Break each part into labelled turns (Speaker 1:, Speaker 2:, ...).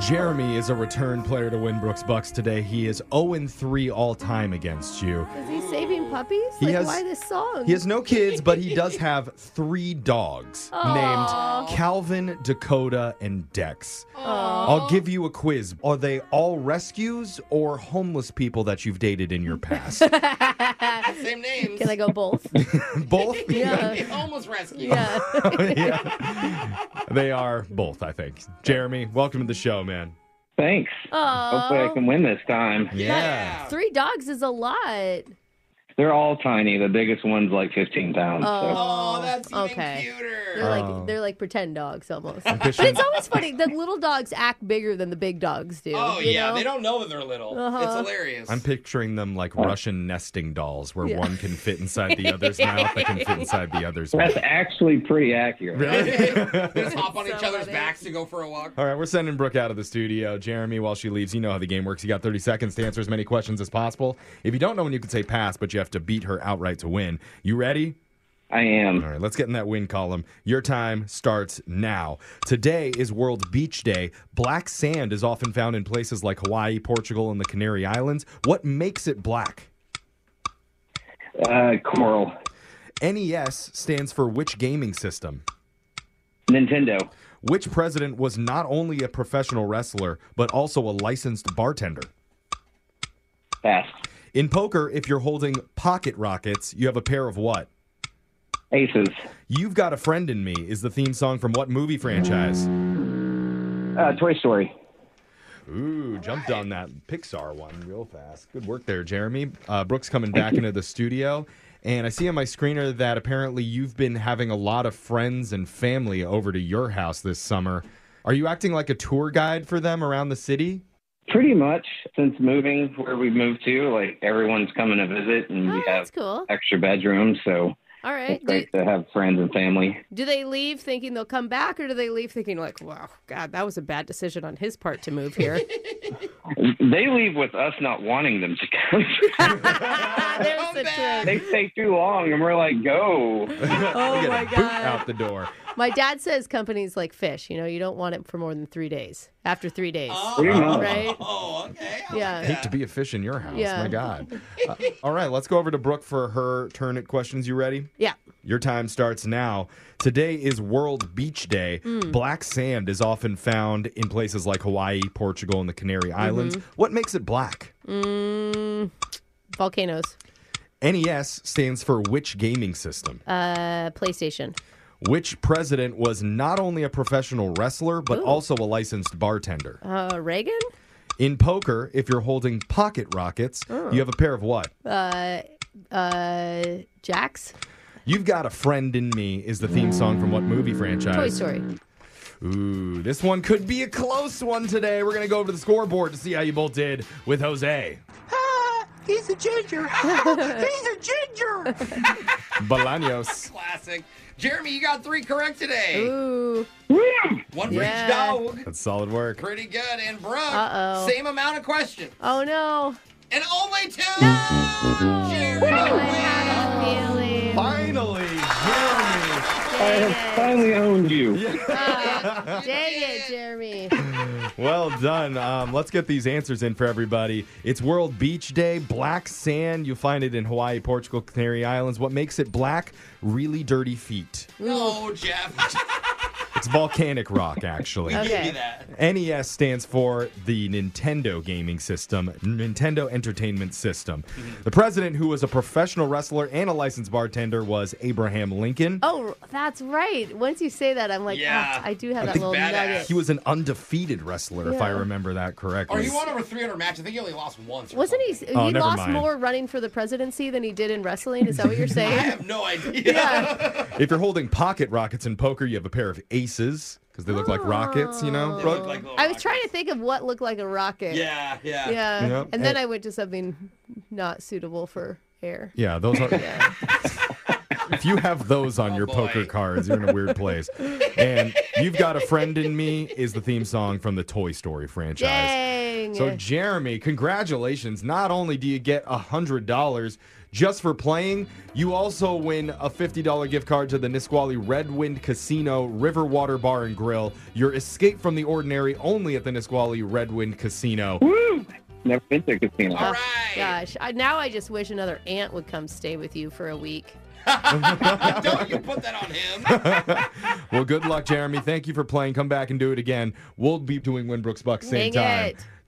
Speaker 1: Jeremy is a return player to win Brooks Bucks today. He is 0 3 all time against you.
Speaker 2: Is he saving puppies?
Speaker 1: He
Speaker 2: like,
Speaker 1: has-
Speaker 2: why this song?
Speaker 1: He has no kids, but he does have three dogs named Calvin, Dakota, and Dex. I'll give you a quiz. Are they all rescues or homeless people that you've dated in your past?
Speaker 3: Same names.
Speaker 2: Can I go both?
Speaker 1: both?
Speaker 2: Yeah.
Speaker 3: Almost rescue.
Speaker 2: yeah.
Speaker 1: Yeah. They are both, I think. Jeremy, welcome to the show, man.
Speaker 4: Thanks. Hopefully, I
Speaker 2: Oh,
Speaker 4: can win this time.
Speaker 1: Yeah.
Speaker 2: three dogs is a lot.
Speaker 4: They're all tiny. The biggest one's like 15 pounds.
Speaker 3: Oh, that's even
Speaker 2: Okay.
Speaker 3: cuter.
Speaker 2: They're
Speaker 1: Oh.
Speaker 2: like they're like pretend dogs almost. but
Speaker 1: Ambition.
Speaker 2: it's always funny. The little dogs act bigger than the big dogs do.
Speaker 3: Oh
Speaker 2: you
Speaker 3: yeah,
Speaker 2: know? Uh-huh.
Speaker 3: they don't know that they're little. It's hilarious.
Speaker 1: I'm picturing them like Russian nesting dolls where one can fit inside the other's mouth, that can fit inside the other's
Speaker 4: So that's
Speaker 1: mouth.
Speaker 4: actually pretty accurate.
Speaker 3: they just hop on each
Speaker 2: So
Speaker 3: other's
Speaker 2: funny.
Speaker 3: backs to go for a walk.
Speaker 1: All right, we're sending Brooke out of the studio. Jeremy, while she leaves, you know how the game works. You got 30 seconds to answer as many questions as possible. If you don't know when you can say pass, but you have to beat her outright to win. You ready?
Speaker 4: I am.
Speaker 1: All right, let's get in that win column. Your time starts now. Today is World Beach Day. Black sand is often found in places like Hawaii, Portugal, and the Canary Islands. What makes it black?
Speaker 4: Uh, Coral.
Speaker 1: NES E stands for which gaming system?
Speaker 4: Nintendo.
Speaker 1: Which president was not only a professional wrestler, but also a licensed bartender?
Speaker 4: Pass.
Speaker 1: In poker, if you're holding pocket rockets, you have a pair of what?
Speaker 4: Aces.
Speaker 1: You've Got a Friend in Me is the theme song from what movie franchise?
Speaker 4: Uh, Toy Story.
Speaker 1: Ooh, jumped on that Pixar one real fast. Good work there, Jeremy. Uh, Brooks coming back into the studio. And I see on my screener that apparently you've been having a lot of friends and family over to your house this summer. Are you acting like a tour guide for them around the city?
Speaker 4: Pretty much since moving where we moved to, like everyone's coming to visit, and
Speaker 2: Oh,
Speaker 4: we
Speaker 2: that's
Speaker 4: have
Speaker 2: cool.
Speaker 4: extra bedrooms, so
Speaker 2: All right.
Speaker 4: it's
Speaker 2: Do,
Speaker 4: great to have friends and family.
Speaker 2: do they leave thinking they'll come back, or do they leave thinking like, "Wow, God, that was a bad decision on his part to move here"?
Speaker 4: They leave with us not wanting them to come.
Speaker 2: There's the
Speaker 3: back.
Speaker 2: trick.
Speaker 4: they stay too long, and we're like, go.
Speaker 2: Oh
Speaker 1: You
Speaker 2: my
Speaker 1: gotta boot
Speaker 2: God.
Speaker 1: out the door.
Speaker 2: My dad says companies like fish. You know, you don't want it for more than three days. After three days,
Speaker 4: Pretty much.
Speaker 2: right?
Speaker 3: Oh, okay. I like
Speaker 2: Yeah.
Speaker 1: hate to be a fish in your house.
Speaker 2: Yeah.
Speaker 1: My God. Uh, all right, let's go over to Brooke for her turn at questions. You ready?
Speaker 2: Yeah.
Speaker 1: Your time starts now. Today is World Beach Day.
Speaker 2: Hmm.
Speaker 1: Black sand is often found in places like Hawaii, Portugal, and the Canary
Speaker 2: Mm-hmm.
Speaker 1: Islands. What makes it black?
Speaker 2: Mm, volcanoes.
Speaker 1: E NES stands for which gaming system?
Speaker 2: Uh, PlayStation.
Speaker 1: Which president was not only a professional wrestler, but also a licensed bartender?
Speaker 2: Uh, Reagan?
Speaker 1: In poker, if you're holding pocket rockets,
Speaker 2: Oh.
Speaker 1: you have a pair of what?
Speaker 2: Uh, uh, Jax?
Speaker 1: You've Got a Friend in Me is the theme song from what movie franchise?
Speaker 2: Toy Story.
Speaker 1: Ooh, this one could be a close one today. We're going to go over to the scoreboard to see how you both did with Jose.
Speaker 3: He's a ginger. He's a ginger.
Speaker 1: Bolaños.
Speaker 3: Classic. Jeremy, you got three correct today.
Speaker 2: Ooh.
Speaker 3: One for
Speaker 2: Yeah.
Speaker 3: each dog.
Speaker 1: That's solid work.
Speaker 3: Pretty good. And Brooke,
Speaker 2: Uh-oh.
Speaker 3: same amount of questions.
Speaker 2: Oh, no.
Speaker 3: And only two. Jeremy
Speaker 2: I had a feeling.
Speaker 1: Finally, Jeremy.
Speaker 4: I have finally owned you.
Speaker 2: Dang it, Jeremy.
Speaker 1: Well done. Um, let's get these answers in for everybody. It's World Beach Day, black sand. You'll find it in Hawaii, Portugal, Canary Islands. What makes it black? Really dirty feet.
Speaker 3: No, Oh, Jeff.
Speaker 1: It's volcanic rock, actually.
Speaker 3: Give me
Speaker 2: Okay.
Speaker 3: that.
Speaker 1: NES E stands for the Nintendo Gaming System, Nintendo Entertainment System.
Speaker 3: Mm-hmm.
Speaker 1: The president, who was a professional wrestler and a licensed bartender, was Abraham Lincoln.
Speaker 2: Oh, that's right. Once you say that, I'm like,
Speaker 3: Yeah.
Speaker 2: ah, I do have
Speaker 3: I
Speaker 2: that
Speaker 3: think
Speaker 2: little
Speaker 3: badass.
Speaker 2: nugget.
Speaker 1: He was an undefeated wrestler, if I
Speaker 2: Yeah.
Speaker 1: remember that correctly.
Speaker 3: Or he won over 300 matches. I think he only lost once. or
Speaker 2: Wasn't he?
Speaker 3: something.
Speaker 2: He
Speaker 1: Oh, never
Speaker 2: lost
Speaker 1: mind.
Speaker 2: more running for the presidency than he did in wrestling. Is that what you're
Speaker 3: I
Speaker 2: saying?
Speaker 3: have no idea.
Speaker 1: If you're holding pocket rockets in poker, you have a pair of aces because they look like rockets, you know?
Speaker 3: Oh. They
Speaker 1: Brooke?
Speaker 3: look like little
Speaker 2: I was
Speaker 3: rockets.
Speaker 2: trying to think of what looked like a rocket.
Speaker 3: Yeah, yeah.
Speaker 2: Yeah.
Speaker 1: Yeah.
Speaker 2: And then
Speaker 1: Hey.
Speaker 2: I went to something not suitable for air.
Speaker 1: yeah, those are. if you have those on your
Speaker 3: Oh, boy.
Speaker 1: poker cards, you're in a weird place. And You've Got a Friend in Me is the theme song from the Toy Story franchise.
Speaker 2: Dang.
Speaker 1: So, Jeremy, congratulations. Not only do you get $100 just for playing, you also win a $50 gift card to the Nisqually Red Wind Casino Riverwater Bar and Grill. Your escape from the ordinary only at the Nisqually Red Wind Casino.
Speaker 4: Never been to a casino.
Speaker 3: All right.
Speaker 2: Oh, Gosh, I, now I just wish another aunt would come stay with you for a week.
Speaker 3: Don't you put that on him.
Speaker 1: Well, good luck, Jeremy. Thank you for playing. Come back and do it again. We'll be doing Winbrook's Bucks
Speaker 2: Dang
Speaker 1: same time
Speaker 2: it.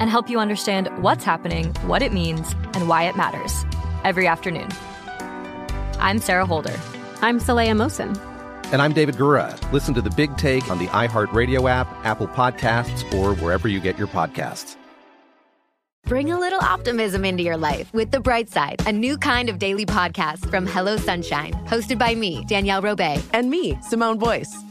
Speaker 5: and help you understand what's happening, what it means, and why it matters every afternoon. I'm Sarah Holder.
Speaker 6: I'm Saleya Mosin.
Speaker 7: And I'm David Gura. Listen to The Big Take on the iHeartRadio app, Apple Podcasts, or wherever you get your podcasts.
Speaker 8: Bring a little optimism into your life with The Bright Side, a new kind of daily podcast from Hello Sunshine, hosted by me, Danielle Robay.
Speaker 9: and me, Simone Boyce.